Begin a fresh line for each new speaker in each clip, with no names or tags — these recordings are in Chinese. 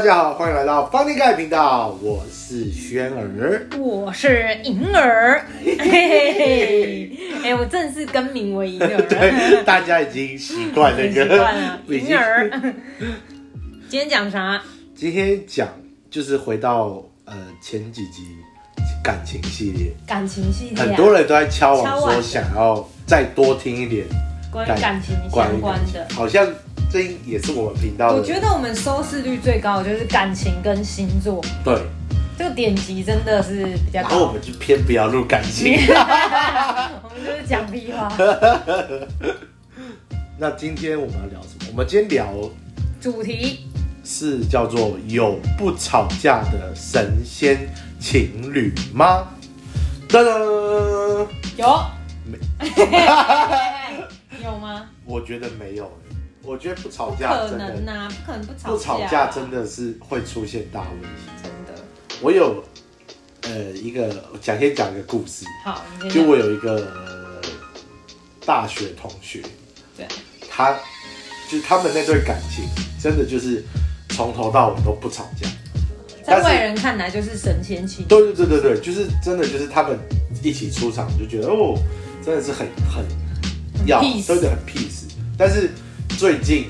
家好，欢迎来到方天盖频道，我是轩儿。
我是银 儿，嘿嘿嘿，哎，我真的是更名为银 儿，
对，大家已经习惯那
很
个
习惯 了，，
已
银
经
儿。今天讲啥？
今天讲就是回到呃前几集感情系列，
感情系列、啊，
很多人都在敲碗
敲碗
说
的
想要再多听一点
关
感
于感情
关
相
于
关
感情
的，。
好像这也是我们频道
我
的，
觉得我们收视率最高的就是感情跟星座，
对。
这个点击真的是比较
然后我
高。
们就偏不要录感 情。
我们就是讲屁 话，
那今天我们要聊什么？我们今天聊
主题
是叫做有不吵架的神仙情侣吗？噔噔，
有
没，
有 吗？
我觉得没有、欸，我觉得不吵
不
架
可
真
能
的
呐、不可能不吵架、啊
不吵架真的是会出现大问题。
真的
我有呃一个讲先讲一个故事，
好，你先
就
讲
我有一个、呃大学同学，
对，
他就是他们那对感情真的就是从头到尾都不吵架。但是
在外人看来就是神仙情侣
对对对对对，就是真的就是他们一起出场就觉得哦，真的是很很要
peace
真的很 peace。但是最近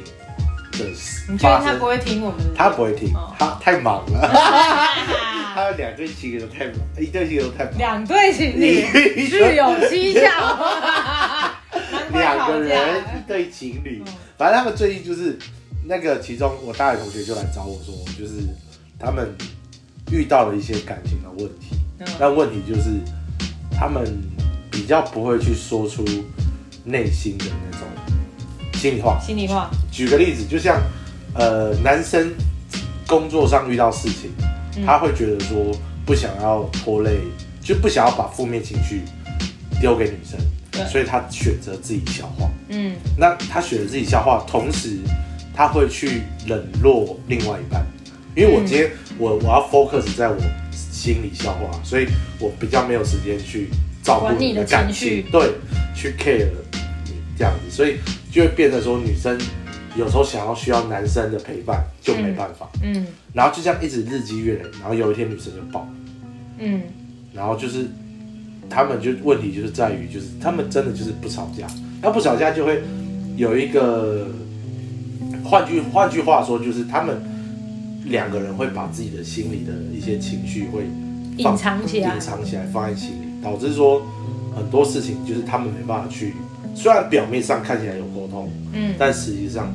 的
你确
发
定他
生
不，会听我们的？
他不会听
哦，
他太忙了，
啊
他有两对情侣都太忙，一对情侣都太忙，
两对情侣
你
是有蹊跷， 难怪
两
吵
个人
架。
一对情侣
嗯，
反正他们最近就是那个其中我大学同学就来找我说，就是他们遇到了一些感情的问题。
嗯
但问题就是，他们比较不会去说出内心的那种心里话。
心里话，
举个例子，就像呃，男生工作上遇到事情，
嗯
他会觉得说不想要拖累，就不想要把负面情绪丢给女
对
生，所以他选择自己消化。
嗯，
那他选择自己消化，同时他会去冷落另外一半，因为我今天、
嗯
我我要 focus 在我心里消化，所以我比较没有时间去照顾
管你
的
的
感
情绪
情，对，去 care 你这样子，所以就会变得说女生有时候想要需要男生的陪伴就没办法，
嗯
然后就这样一直日积月累，然后有一天女生就爆，
嗯，
然后就是他们就问题就是在于就是他们真的就是不吵架，那不吵架就会有一个，换句换句话说就是他们两个人会把自己的心里的一些情绪会放
隐藏起来
隐藏起来放在心里，导致说很多事情就是他们没办法去，虽然表面上看起来有沟通，
嗯
但实际上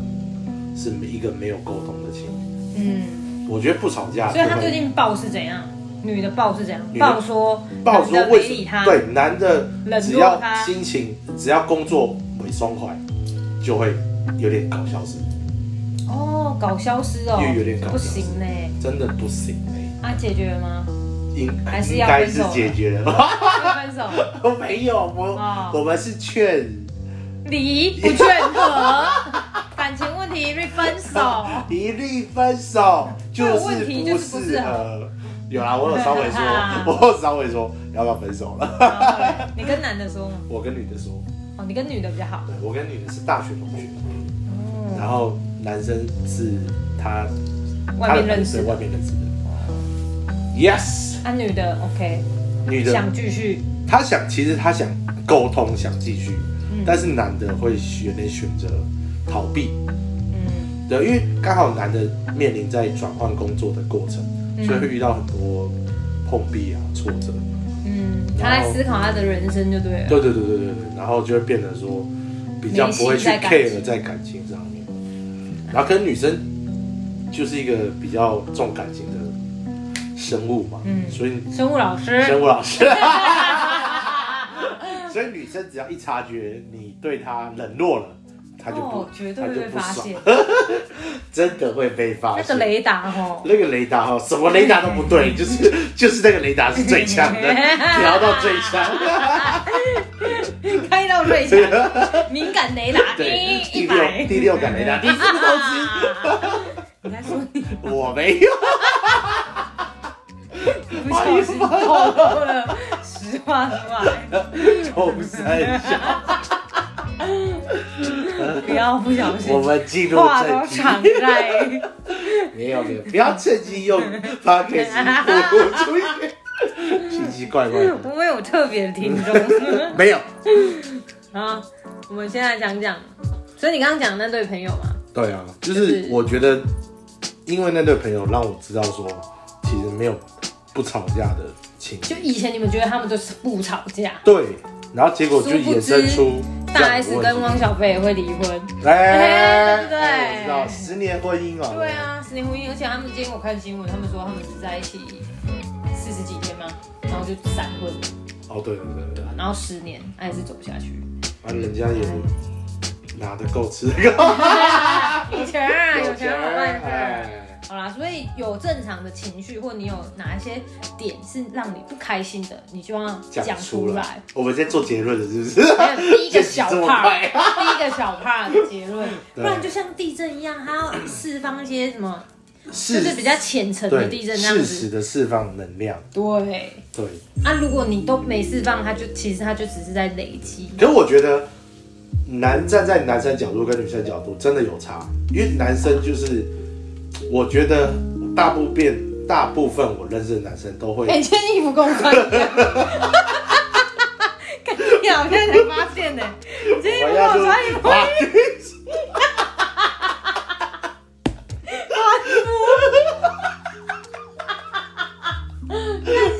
是一个没有沟通的情侣。
嗯，
我觉得不吵架就会，
所以他最近爆是怎样？女的爆是怎样？
女的
爆说
报说
男的
为
没
什
理
么
他，
对男的
冷
只
落
要
他
心情只要工作萎松怀，就会有点搞消失，
哦，搞消失哦
又有点搞，
不
消失
行嘞，
真的不行哎、
啊，解决 了吗？
应
还是
应
要
该
分
是
手了
解决了，
要分手，
没有我、
哦
我们是劝
离不劝和， 感情问题被分手。
一律分手，就
有
是
问题就是不
适
适合
合。有啦，我有稍微 说，我有稍微说要不要分手了。
然后嘞你跟男的说吗？
我跟女的说，
哦，你跟女的比较好。
对我跟女的是大学同学，
哦，
然后男生是他
外面认识
他的朋友外
的。
面认识的。Yes，
啊，女的 OK，
女的
想继续。
她想，其实她想沟通，想继续，
嗯
但是男的会有点选择逃避
嗯
对，因为刚好男的面临在转换工作的过程，
嗯
所以会遇到很多碰壁啊、挫折。
嗯，他在思考他的人生就对了。
对对对对对对，然后就会变得说比较不会去
迷信在感情
care 在感情上面，然后跟女生就是一个比较重感情的生物嘛，
嗯
所以
生物老师，
生物老师。 所以女生只要一察觉你对她冷落了，她就不，
哦，绝对
她就
会被
不
发
爽，
现。
真的会被发
那
现。
个雷达 哦，
那个雷达哈，什么雷达都不对，就是就是那个雷达是最强的， 调到最强。
开到最强，敏感雷达，
对，
一
第
一
六
百。啊
第六感雷达，第四个东西。
你在说你
我没 有，
不小心透露了实话出 来，
冲 三下，
不要不小心
我们进入
话
正
都
题。
敞开，
没有没有，不要趁机 用 p o d c a s 我出一些奇奇怪怪的，
我有特别的听众
没有。
好，啊我们现在讲讲，所以你刚刚讲的那对朋友嘛，
对啊，就是我觉得，因为那对朋友让我知道说，其实没有不吵架的情侣
就以前你们觉得他们就是不吵架，
对，然后结果就衍生出这
大
样的
S
问
跟汪
题。
小菲也会离婚。
哎，
对对对
哎我知道十年婚姻哦。
对，啊，十年婚姻，而且他们今天我看新闻，他们说他们是在一起四十几天吗？然后就闪婚，
哦对对对对，
然后十年还是走不下去。
啊人家也拿得够吃得够，
有钱啊，有钱啊好办事儿。
哎
好啦，所以有正常的情绪，或你有哪一些点是让你不开心的，你就要
讲
讲
出
出
来
来。。
我们先做结论了，是不是？
还有第一个小
这么
part，
快
第一个小 part 的结论，不
对
然就像地震一样，它要释放一些什么， 就
事
是比较浅层的地
对
震那样
适时
子。
的释放能量，
对，
对。
啊，如果你都没释放，它就其实它就只是在累积。
可是我觉得男站在男生角度跟女生角度真的有差，因为男生就是我觉得大部分大部分我认识的男生都会，
哎、今天衣服跟我穿一样。干你好像才发现呢、你今天衣服
我
跟我
要就是
穿一模
啊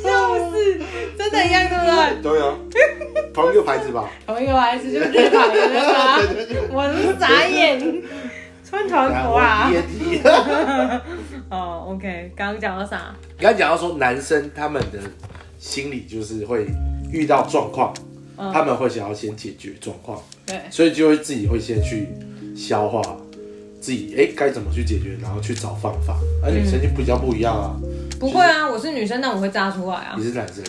笑死，真的一样对不 对？
对啊，同一个牌子 吧，
同一个牌子就是日版的那个啊，我是傻眼，穿团服啊
我。也提。
哦，OK，刚刚讲到啥？
刚才讲到说男生他们的心理就是会遇到状况，
嗯
他们会想要先解决状况，
对，
所以就会自己会先去消化自己，哎、该怎么去解决，然后去找方法。而女生就比较不一样啊，
不会啊，我是女生，那我会炸出来啊
你。是男生，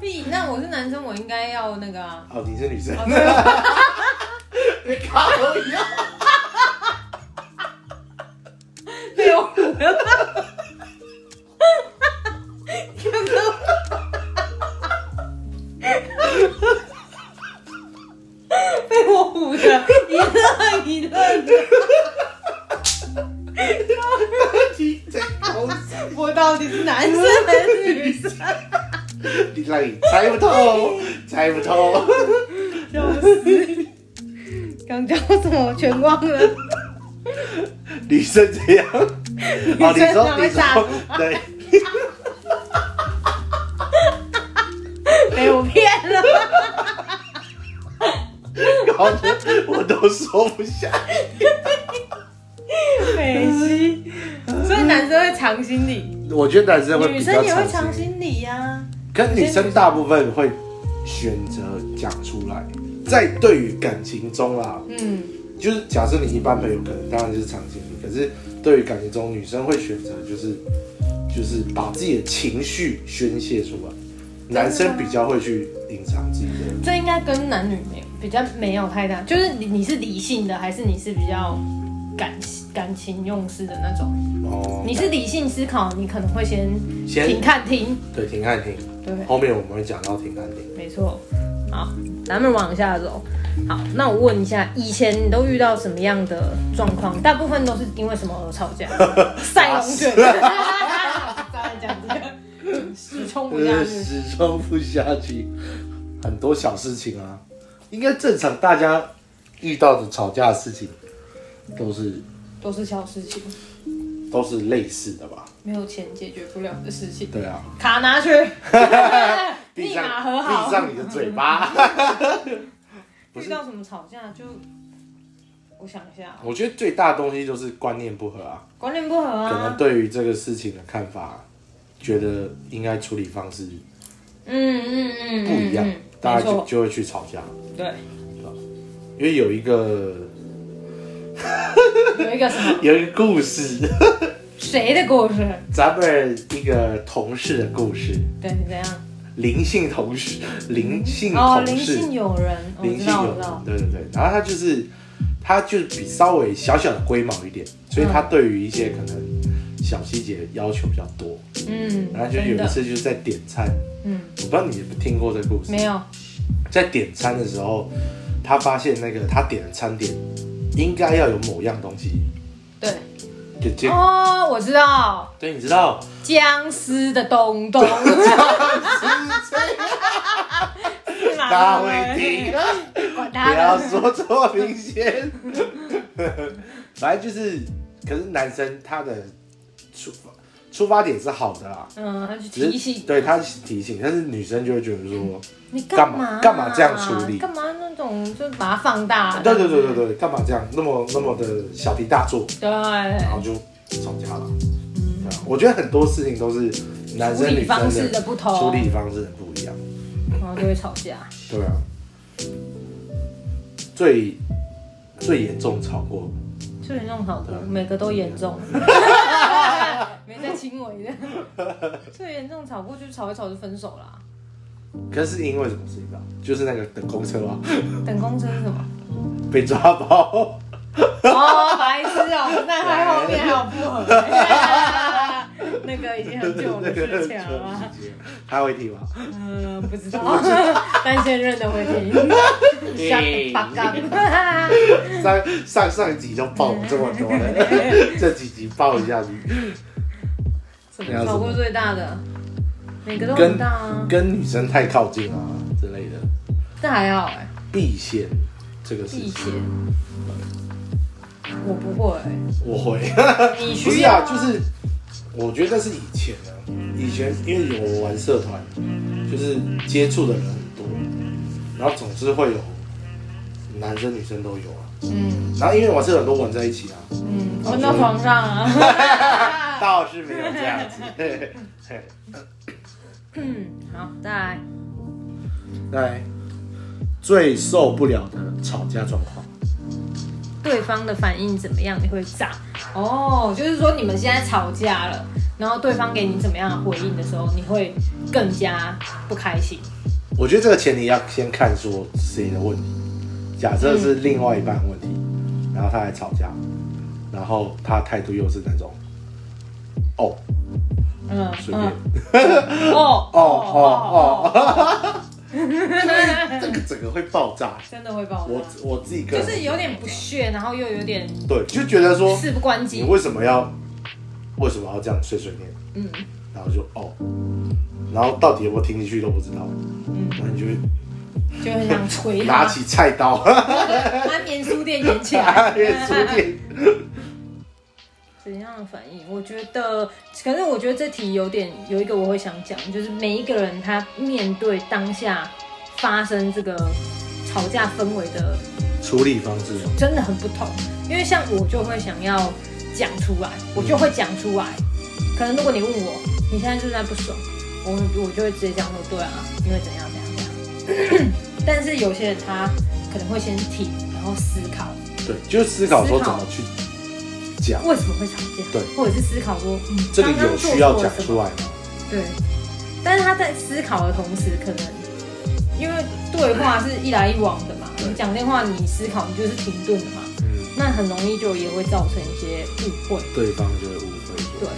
屁，那我是男生，我应该要那个 啊。
哦，你是女生，
哦对啊
你卡我一样。
流乳了。 被我唬的一愣一愣的，
你在搞什么
我到底是男生还是女生？
你让你猜不透，猜不透。
笑死！ 刚讲什么我全忘了。
女生这样，哦，你说
女生怎么会
你
打
说对，
被我骗了，
搞得我都说不下。
美西。所以男生会藏心理，
我觉得男生会
女
比较
生也会
长
藏
心，
心理呀、
可是女生大部分会选择讲出来。在对于感情中啦，
嗯，
就是假设你一般朋友可能当然就是长情侣，可是对于感情中，女生会选择就是就是把自己的情绪宣泄出来，男生比较会去隐藏自己的。
这应该跟男女没有比较没有太大，就是你你是理性的，还是你是比较感感情用事的那种？
哦，
你是理性思考，你可能会先停
先
看听，
对停看停，
对，
后面我们会讲到停看停。
没错。好，咱们往下走。好，那我问一下，以前你都遇到什么样的状况？大部分都是因为什么而吵 架？赛龙 卷，当然讲这个，始终不下
呃，
去。
始终不下去，很多小事情啊，应该正常大家遇到的吵架的事情都是
都是小事情，
都是类似的吧？
没有钱解决不了的事情。
对啊，
卡 拿去，
闭
立
上
马和
啊闭
好。
上你的嘴巴。
遇到什么吵架就，我想一下，哦
我觉得最大的东西就是观念不合啊，
观念不合
可能
啊，
对于这个事情的看法，觉得应该处理方式
嗯嗯嗯，
不一样
嗯，
大
没
家就
错，
就会去吵架。
对，
因为有一个
有一个什么
有一个故事，
谁的故事？
咱们一个同事的故事，
对，怎样？
灵性同事，灵性
哦，
同
灵
事，
性友人，我
灵
知
性
道，
有
我知道，
对对对，然后他就是他就是比稍微小小的龟毛一点，所以他对于一些可能小细节要求比较多。
嗯，
然后就
真
有一
的，
次就是在点餐，
嗯，
我不知道你有没有听过这个故事，
没有，
在点餐的时候，他发现那个他点的餐点应该要有某样东西
对，
就结，
哦，我知道，
对，你知道，
僵尸的东东， 是吗
大卫迪，
管
不
他
要
的，
说这么明 显。反正就是，可是男生他的出发出发点是好的啦，
嗯，他去
只是
提醒
对他提醒，但是女生就会觉得说，
你嘛啊
干嘛干嘛这样处理
干嘛那种就把它放大？
对对对对对，干嘛这样那么那么的小题大做，
对，
然后就吵架了。对啊我觉得很多事情都是男
处
生
理
女
方
生
式
的
的不同，
处理方式很不一样，
然后就会吵架。
对啊。最最严重吵过，
最严重好的，每个都 严重，没在轻微的。最严重吵过就吵一吵就分手啦。
可是因为什么事情啊？就是那个等公车啊，
等公车是什么？
被抓包，
哦，白痴哦，那还后面还有不合， 那个已经很久的事情啊了吧。
他会听吗？
嗯，不知道，但现任的会 听。Shut the fuck up
上上上一集就爆这么多了，这几集爆一下去，
怎么吵过最大的？每个都很
跟
大 啊，
跟女生太靠近啊之类的，
这还好哎、
避嫌这个事
避嫌
情，
我不会、
我 会。
你
不
需
是
要、
啊，就是我觉得那是以前啊，以前因为我玩社团，就是接触的人很多，然后总是会有男生女生都有啊。
嗯
然后因为玩社团都玩在一起啊，
嗯，滚到床上 啊。
倒是没有这样子。嘿嘿
嗯，好，再来。
来，最受不了的吵架状况，
对方的反应怎么样，你会炸。哦，就是说你们现在吵架了，然后对方给你怎么样的回应的时候，你会更加不开心。
我觉得这个前提要先看说谁的问题。假设是另外一半的问题，然后他来吵架，然后他态度又是那种，哦，
嗯
随便。
嗯，哦
哦
哦
哦
哦哦，
哦，这个整个会爆炸。
真的会爆
我
炸，
我自己个
就
人
是有点不屑，然后又有点
对，就觉得说
事不关
你
己。
为什么要为什么要这样碎碎念，
嗯
然后就哦，然后到底有没有听进去都不知道，
嗯，
然后你就会
就很想捶他
拿，起菜刀，
把棉书店演起
拿
来。
起书店，
怎样的反应？我觉得，可是我觉得这题有点有一个我会想讲，就是每一个人他面对当下发生这个吵架氛围的，
处理方式
真的很不同。因为像我就会想要讲出来，我就会讲出来。可能如果你问我，你现在就是在不爽，我我就会直接讲说，对啊，因为怎样怎样怎样。 但是有些人他可能会先停，然后思考
对，就思考说怎
思考
么去讲，
为什么会吵架，
对，
或者是思考说，嗯，
这个
刚刚
有
做
需要
错了
讲
什么
出来吗？
对，但是他在思考的同时，可能因为对话是一来一往的嘛，
对
你讲电话你思考你就是停顿的嘛，
嗯，
那很容易就也会造成一些误会。
嗯对方就会误会说
对，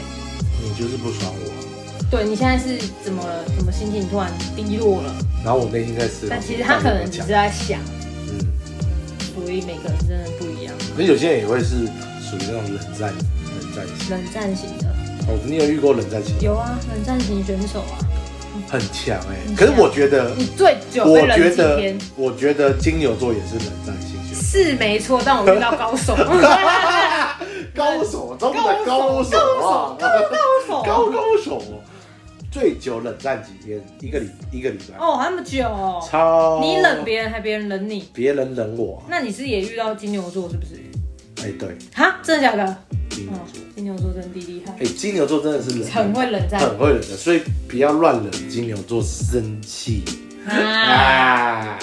你就是不爽我，
对你现在是怎么了？怎么心情突然低落了？
然后我内心在思考，
但其实他可能只是在想，
嗯。
所以每个人真的不一样，
可是有些人也会是属于那种冷战冷战型。
冷战型的
哦，你有遇过冷战型？
有啊，冷战型选手啊，
很强哎、
很强
可是我觉得，
你最久
我
被冷
觉
几
得
天？，
我觉得金牛座也是冷战型选手。
是没错，但我遇到 高手， 高
高手，中的高手啊，
手，
高高手，最久冷战几天？一个礼一个礼拜，
哦，那么久哦、
超
你冷别人还别人冷你，
别人冷我，
那你是也遇到金牛座是不是？
哎、对，
哈，真的假的？
金牛
哦
座，，
金牛座真的厉害
哎、，金牛座真的是冷，
很会冷战
很会冷的，所以不要乱冷金牛座，生气哎
啊。
啊！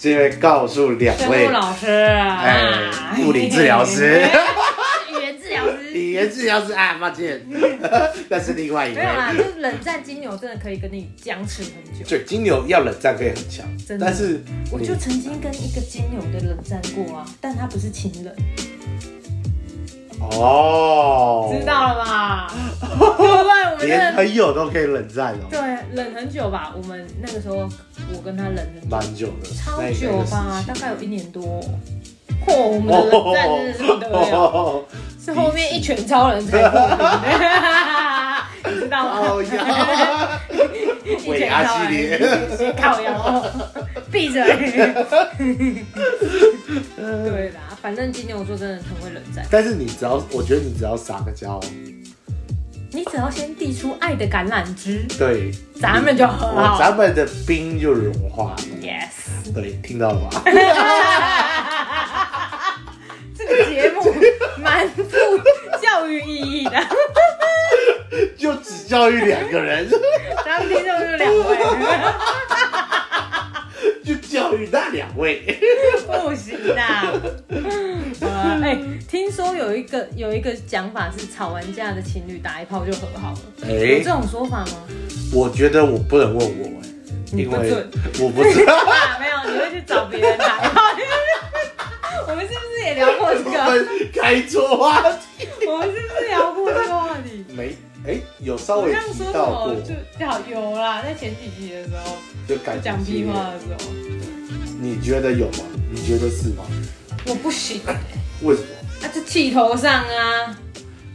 这位告诉两
生
位
物，老师啊，
哎
啊
物理治疗师
语言治疗师。
语言治疗师啊，抱 歉，那是另外一
没
位
有。啦，就是冷战金牛真的可以跟你僵持很久。
对，金牛要冷战可以很强
真，的
但是
我
你
就曾经跟一个金牛的冷战过啊，但他不是情人，
哦，
知道了 吧？对不对？我们真
连
的
朋友都可以冷战哦，
对冷很久吧？我们那个时候我跟他冷很久，
蛮久的，
超
那一个
久吧，
时
大概有一年多。
期
哦，我们的冷战真的是不得了，
哦，
是后面一拳超人才过瘾，你知道吗？
哦呀，
一
尾
拳
牙
超
系列
人，，靠腰，闭嘴。对啦，反正金牛座真的很会冷战，
但是你只要，我觉得你只要撒个娇，
你只要先递出爱的橄榄枝，
对，
咱们就和
我
好。
咱们的冰就融化了。
Yes。
对，听到了吧？
这个节目蛮富教育意义的，
就只教育两个人，
咱们听众就两位，
就教育那两位。
不行啊的。好啊 哎、听说有一个有一个讲法是，吵完架的情侣打一炮就和好了，
哎
有这种说法吗？
我觉得我不能问我哎，
你
因
不
为
准
我不知道。
啊，没有，你会去找别人打一炮。我们是不是也聊过这
我
个？
们开错话题
我们是不是聊过这个话题？
没？哎，有稍
我
微
刚刚
提
说什
到
么
过，
就好有啦，在前几集的时候
就感
讲
情系
屁
列
话的时候。
你觉得有吗？你觉得是吗？
我不行，欸
为什么？
那、就气头上啊。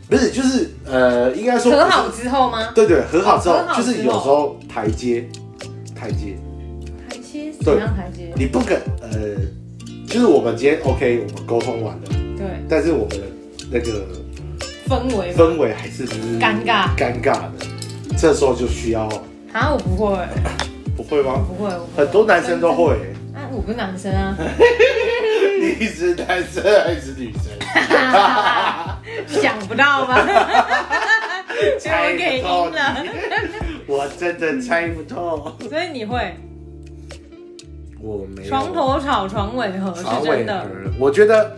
不是，就是呃，应该说
和好，之后吗？
对对，和好之
和
后，
好
就
之后
是有时候台阶，台阶，
台阶怎么样台阶？
你不肯呃，就是我们今天 OK，我们沟通完了，
对，
但是我们的那个
氛围嘛。
氛围还是就是
尴尬
尴尬的，这时候就需要
啊，我不会，
不会吗？
不会，我不会
很多男生都。会、
真的啊，我不是男生 啊。
你是男生还是女生？
想不到吧？结果 我给
透
赢了，
你，我真的猜不透。
所以你会
我没有
床头吵床尾和，
床
哦是
尾
真的。
和，我觉得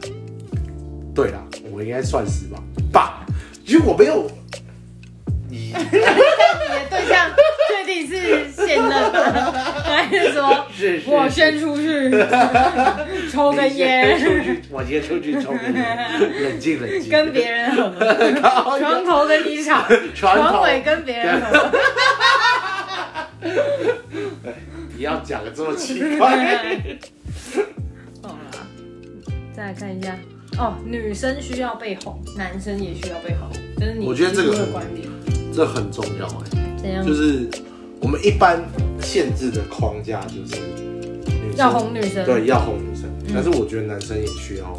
对啦，我应该算是吧。爸，其实我没有 你，
但你的对象确定是现任 吗？还是说
是是
我先 出去抽
你
根
先
烟，
出去，我先出去抽根烟，冷静冷静，
跟别人合？
靠腰
床头跟你吵，
床头
床尾跟别人合。
不要讲的这么奇 怪。
好啦，再来看一下哦，女生需要被哄，男生也需要被哄，就是你
我觉得这个
提出的观点
这很重要哎、
怎样？
就是我们一般限制的框架就是女生
要哄女生，嗯
对，，要哄女生，但是我觉得男生也需要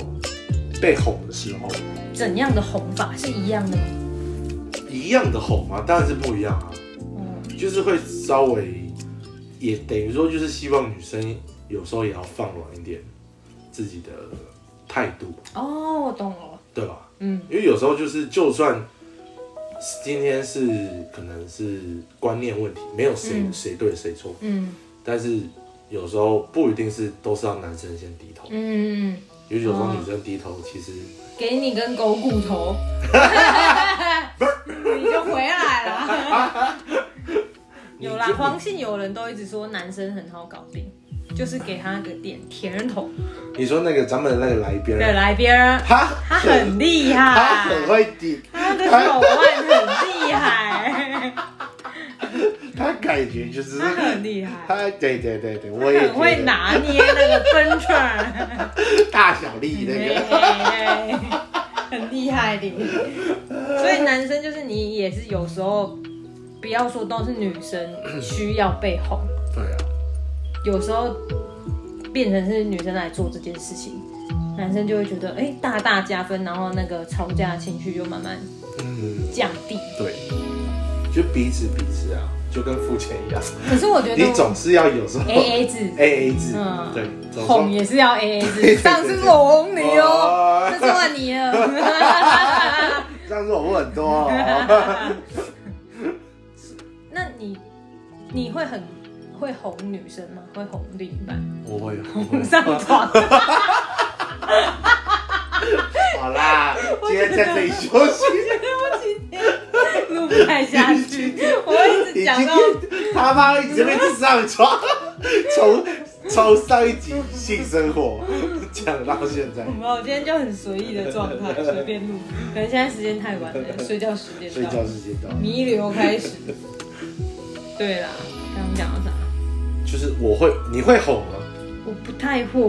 被哄的时候，
怎样的哄法是一样的吗？
一样的哄啊，当然是不一样啊，
哦，
就是会稍微也等于说就是希望女生有时候也要放软一点自己的态度，
哦，我懂了，
对吧？
嗯，
因为有时候就是就算今天是可能是观念问题，没有谁
嗯
谁对谁错，
嗯
但是有时候不一定是都是让男生先低头，
嗯，嗯
因为有时候
哦
女生低头其实。
给你根狗骨头， 你就回来了。有啦
你，就
黄姓友人都一直说男生很好搞定，就是给他个点甜头，
你说那个咱们的那个来宾，
对，来别人。
他
他很厉害，
他很会顶，
他的手腕很厉害，
他感觉就是
他很厉害，
他对对对对，我也觉得
很会拿捏那个分寸，
大小力那
嗯
个，
对很厉害的。所以男生就是你也是有时候，不要说都是女生需要被哄，
对啊，
有时候变成是女生来做这件事情，男生就会觉得哎、大大加分，然后那个吵架情绪就慢慢
嗯，
降低。
对，就彼此彼此啊，就跟付钱一样，
可是我觉得
你总是要有时候
A A 制。
A A 制
嗯，
对，总是
哄也是要 A A
对
制，
对
上次是我哄你哦，
哦
这次换你了。
上次我问很多哦，
那你你会很会哄女生吗？会哄另一半？
我会
哄上床？
好啦，今天在这里休息，
我今天录不太下去，我一直
你今
讲
天
到
他妈一直被一直上床， 从从上一集性生活讲到现在
我。们我今天就很随意的状态，随便录。可能现在时间太晚了，睡觉时间
睡
到
觉，时间到，
弥留开始。对啦，刚刚讲到啥？
就是我会，你会吼吗？
我不太会，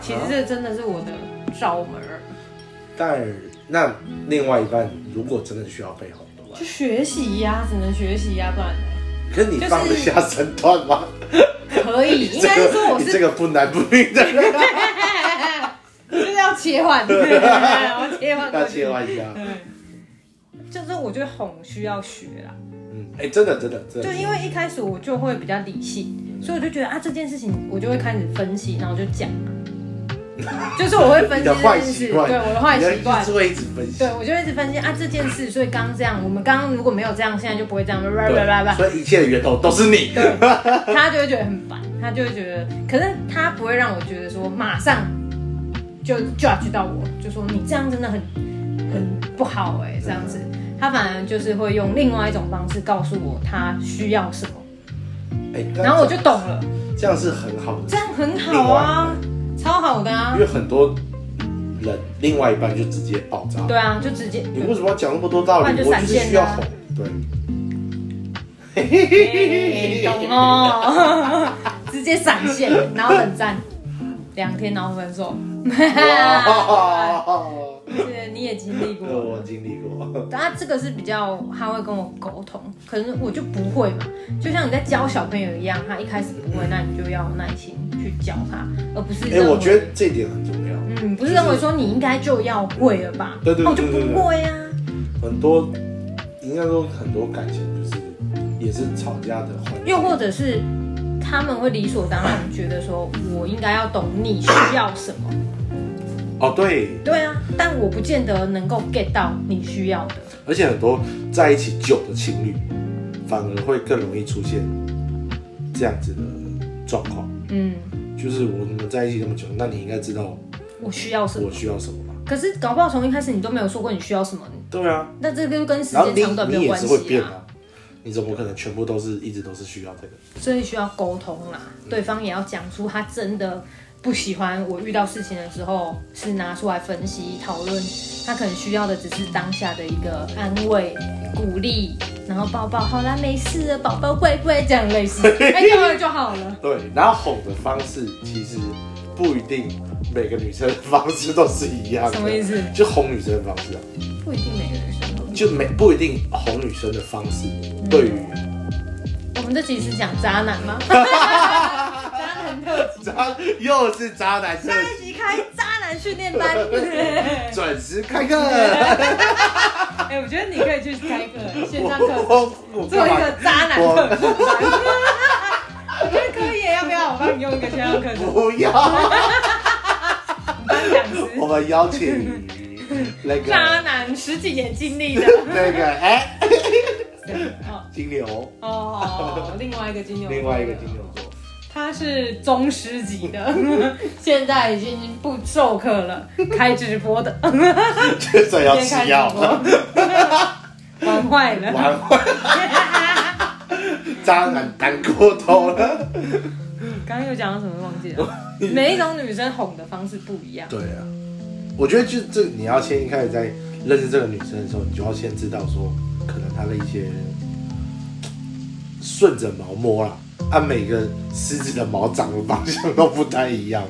其实这真的是我的罩门儿，
但那另外一半如果真的需要配合怎么办
就？学习呀、只能学习呀、不然呢
可是你
就是
放得下身段吗？
可以，应该是说我
你这
是
个不男不女 的人，
就是要切换，我要切换过
要
去
切。换一下。
嗯就是我觉得哄需要学啦，
嗯，哎、真的真的真
就
的，
因为一开始我就会比较理性，所以我就觉得啊这件事情我就会开始分析，然后就 讲，就是我会分
你
析
的
这
坏
件
习
事，
惯，
对我的坏习
你的
惯
意志，会一直分析
对。我就会一直分析啊这件事，所以刚刚这样，我们刚刚如果没有这样，现在就不会这样，叭叭叭叭
对，所以一切的源头都是你。
对，他就会觉得很烦，他就会觉得，可是他不会让我觉得说马上就 judge 到我，就说你这样真的很很不好哎、这样子，他反而就是会用另外一种方式告诉我他需要什么，
哎、
然后我就懂了，
这样是很好的
这，样很好啊，超好的啊
因，为很多人另外一半就直接爆炸。
对啊，就直接
你为什么要讲那么多道
不然
理？
就
我
闪
就是
现啊
需要哄。对，
哎懂哦， 直接闪现，然后冷战两天，然后分手，
哇，
对，你也经历过
这个
了
我。经历过。
他这个是比较，他会跟我沟通，可是我就不会嘛。就像你在教小朋友一样，他一开始不会，那你就要有耐心去教他，而不是
哎、
认为，
我觉得这一点很重要。
嗯，不是认为说你应该就要会了吧？
对对
哦，就
对对对
不会啊。
很多，应该说很多感情就是也是吵架的环节
又或者是他们会理所当然觉得说，我应该要懂你需要什么，
哦，对，
对啊，但我不见得能够 get 到你需要的。
而且很多在一起久的情侣，反而会更容易出现这样子的状况，
嗯，
就是我们在一起那么久，那你应该知道
我需要什么
我？需要什么吧？
可是搞不好从一开始你都没有说过你需要什么，
对啊，
那这个就跟时
然后
间
你
长短没
你
有
也
关
是会
系
变
啊。
啊，你怎么可能全部都是一直都是需要这个？
所以需要沟通啦，对方也要讲出他真的不喜欢我遇到事情的时候是拿出来分析讨论，他可能需要的只是当下的一个安慰、鼓励，然后抱抱，好啦，没事了，宝宝乖乖，这样类似，哎、这样就好了。
对，然后哄的方式其实不一定每个女生的方式都是一样的，
什么意思？
就哄女生的方式啊。
不一定每个人适合。
就没不一定哄女生的方式，对于
我们这集是讲渣男吗？渣男特辑，
渣又是渣男特
下一集开渣男训练班。
准时开课。
哎、我觉得你可以去开一个线上课程。
我我
做一个渣男
我
特辑，我觉得可以耶，要不要我帮你用一个线上课程
不要，
当讲师？
我们邀请那
渣
个
男十几年经历的，
那个哎，
哦
金牛，
哦，另外一个金牛，
另外一个金，牛座，
他是宗师级的，现在已经不授课了，开直播 的，
这个要
先
吃
开
药
直，播，玩坏了。
完 渣男难过头了。
刚刚又讲到什么忘记了？每一种女生哄的方式不一样，
对啊，我觉得就这，你要先一开始在认识这个女生的时候，你就要先知道说，可能她的一些顺着毛摸啦，按、每个狮子的毛长的方向都不太一样。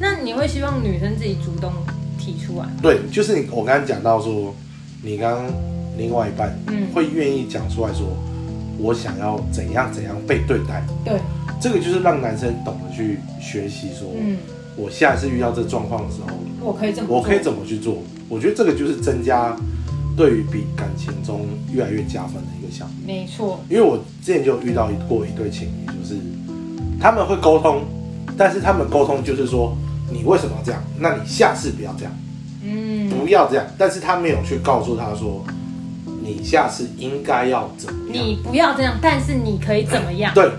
那你会希望女生自己主动提出来？
对，就是你，我刚刚讲到说，你刚刚另外一半
嗯
会愿意讲出来说，我想要怎样怎样被对待，
对，
这个就是让男生懂得去学习说，
嗯，
我下次遇到这状况的时候，
我可以这么做，
我可以怎么去做？我觉得这个就是增加对于比感情中越来越加分的一个项目。
没错，
因为我之前就遇到一过一对情侣，就是他们会沟通，但是他们沟通就是说你为什么要这样？那你下次不要这样，
嗯，
不要这样。但是他没有去告诉他说你下次应该要怎么样。
你不要这样，但是你可以怎么样？
对，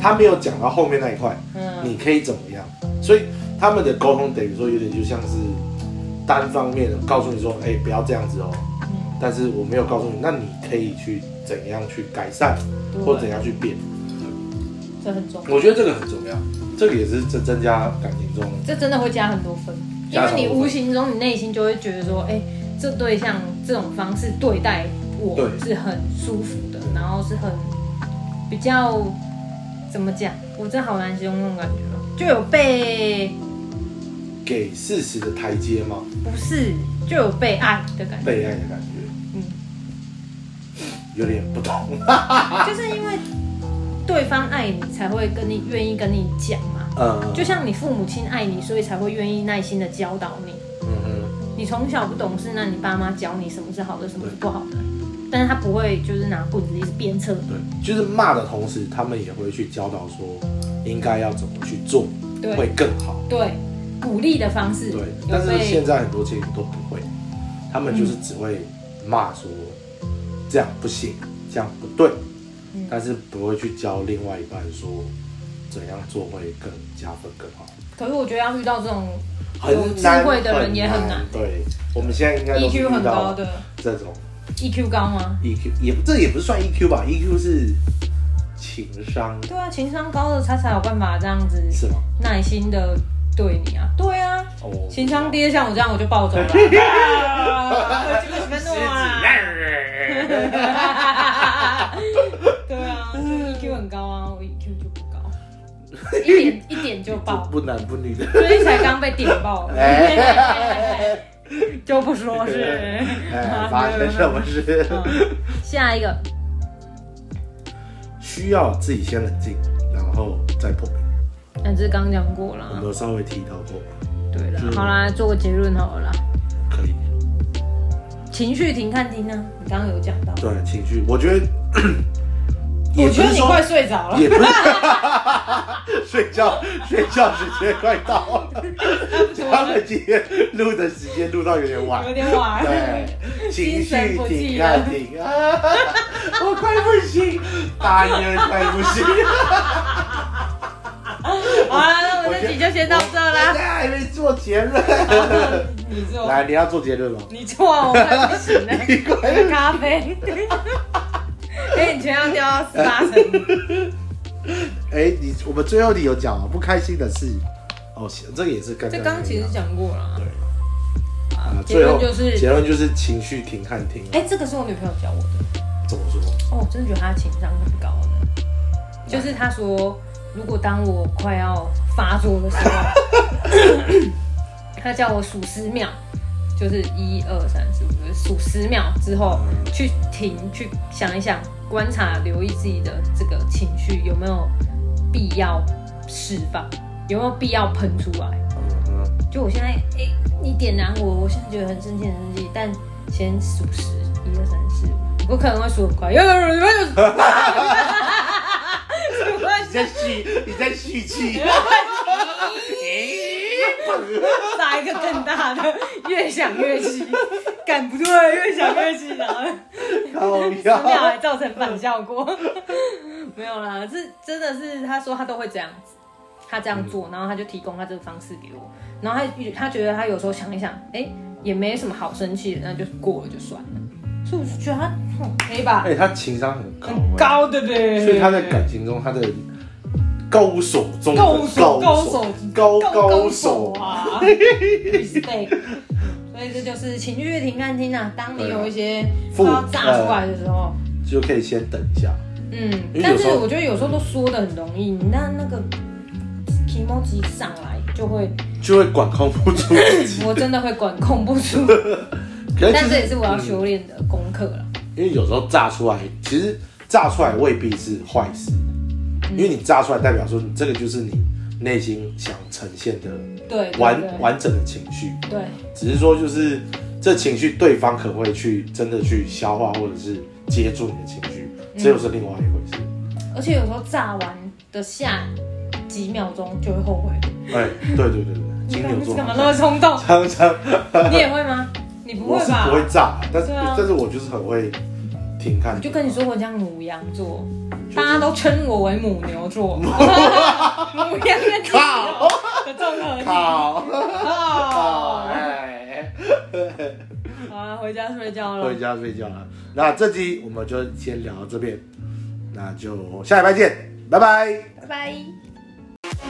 他没有讲到后面那一块，
嗯，
你可以怎么样？所以他们的沟通等于说有点就像是单方面的告诉你说，哎、不要这样子哦。
嗯
但是我没有告诉你，那你可以去怎样去改善，
对
或怎样去变。
这很重要，
我觉得这个很重要，这个也是增增加感情中
这真的会加很多分，因
加
为
很多分
你无形中你内心就会觉得说，哎、这对象这种方式对待我
对
是很舒服的，然后是很比较怎么讲，我真好难形容那种感觉哦，就有被
给事实的台阶吗？
不是就有被爱的感觉，
被爱的感觉，
嗯
有点不同。啊
嗯就是因为对方爱你才会跟你愿意跟你讲嘛，
嗯，
就像你父母亲爱你，所以才会愿意耐心的教导你。
嗯哼，
你从小不懂事，那你爸妈教你什么是好的，什么是不好的，但是他不会就是拿棍子一直鞭策你。
对，就是骂的同时，他们也会去教导说应该要怎么去做会
对
更好。
对，鼓励的方式
对，
有
但是现
被
在很多亲都不会，他们就是只会骂说、这样不行，这样不对，
嗯
但是不会去教另外一半说怎样做会更加分更好。
可是我觉得要遇到这种有
很
智
难，
慧的人也很
很
难。
对，我们现在应该都是
EQ
遇
E 很高
到
的
这种
，EQ 高吗？
EQ，也这也不是算 EQ 吧？EQ 是情商，
对啊，情商高的他才有办法这样子
是吗？
耐心的对你啊。对啊，
哦，
情商低的像我这样我就暴走 了。啊这个怎么弄啊 对啊，就 EQ 很高啊，我 EQ 就不高，一点一点就
不
爆，哎
不男不女的，
所以才刚被点 爆了，
哎，
就不说 是。
哎发生什么事？
嗯下一个，
需要自己先冷静，然后再破冰。
那哎这刚讲过
我
啦
们，有稍微提到过，
对啦，好啦，做个结论好了啦。
可以。
情绪停看听呢，你刚刚有讲到，
对情绪，我 觉得，也
我
不
觉得
是
你
说
快睡着了，
也不是，睡觉睡觉时间快到了， 他们今天录的时间录到有点晚
有，点晚。
对，情
精神
绪
不济
挺啊挺 啊，我快不行，大妞快不行，
好啦，那我们这集就先到这
大
啦。
家还没做结论，
你做，
来你要做结论吗？
你做啊，我快不行了，
你快
喝咖啡。哎，你全要掉到十八层，
哎，你我们最后你有讲啊，不开心的事，哦，行这个也是刚
这
刚
刚其实讲过了
对。
啊
啊，
结
最后
论就是，
结论就是情绪停看停，
哎，这个是我女朋友教我的。
怎么说？
哦，我真的觉得他情商很高呢。就是他说，如果当我快要发作的时候，他叫我数十秒，就是一二三四五，就是数十秒之后
嗯
去停，去想一想，观察、留意自己的这个情绪有没有必要释放，有没有必要喷出来。
嗯嗯，
就我现在，哎、你点燃我，我现在觉得很生气，很生气，但先数十，一二三四，我可能会 数很快，有有有有有， 数快
你在蓄你在蓄气，
撒一个更大的，越想越气， 感不对，越想越气，然后
靠
十 秒
呀
还！造成反效果， 没有啦，是真的是他说他都会这样子，他这样
嗯
做，然后他就提供他这个方式给我，然后他他觉得他有时候想一想，哎、也没什么好生气的，那就过了就算了，所以我就觉得他哼可以吧
哎、，他情商很高、
很
哎
高的嘞，
所以他在感情中，他的高手中的
高
高
手高
手
手
高
高
高
手
手，
啊，respect。所以这就是情绪越停看听啊，当你有一些快要炸出来的时
呃
候。
就可以先等一下。
嗯，
因为
但
有时
是
候
我觉得有时候都说的很容易，你那那个 e m o j 上来 就会，，
就会管控不住自己
我真的会管 控不住，
可是其实
但这也是我要修炼的功课了。
因为有时候炸出来，其实炸出来未必是坏事，因
嗯
为你炸出来代表说你这个就是你内心想呈现的
对，对
完
对
完整的情绪，
对
只是说就是这情绪对方可能会去真的去消化或者是接住你的情绪，这又是另外一回事。
而且有时候炸完的下几秒钟就会后悔，
哎，对对对对，金牛
你
座
干嘛那么冲 动？
常常
你也会吗？你不
我
会
是
吧
不？会炸，但是
对啊
但是我就是很会停看，
我就跟你说，我像母羊座，
是
大家都称我为母牛 座，母羊跟金牛的综合体。
靠，
哦
哎，
好啊，回家睡觉了
回。家睡觉了。那这集我们就先聊到这边，那就下礼拜见，拜拜。
拜拜。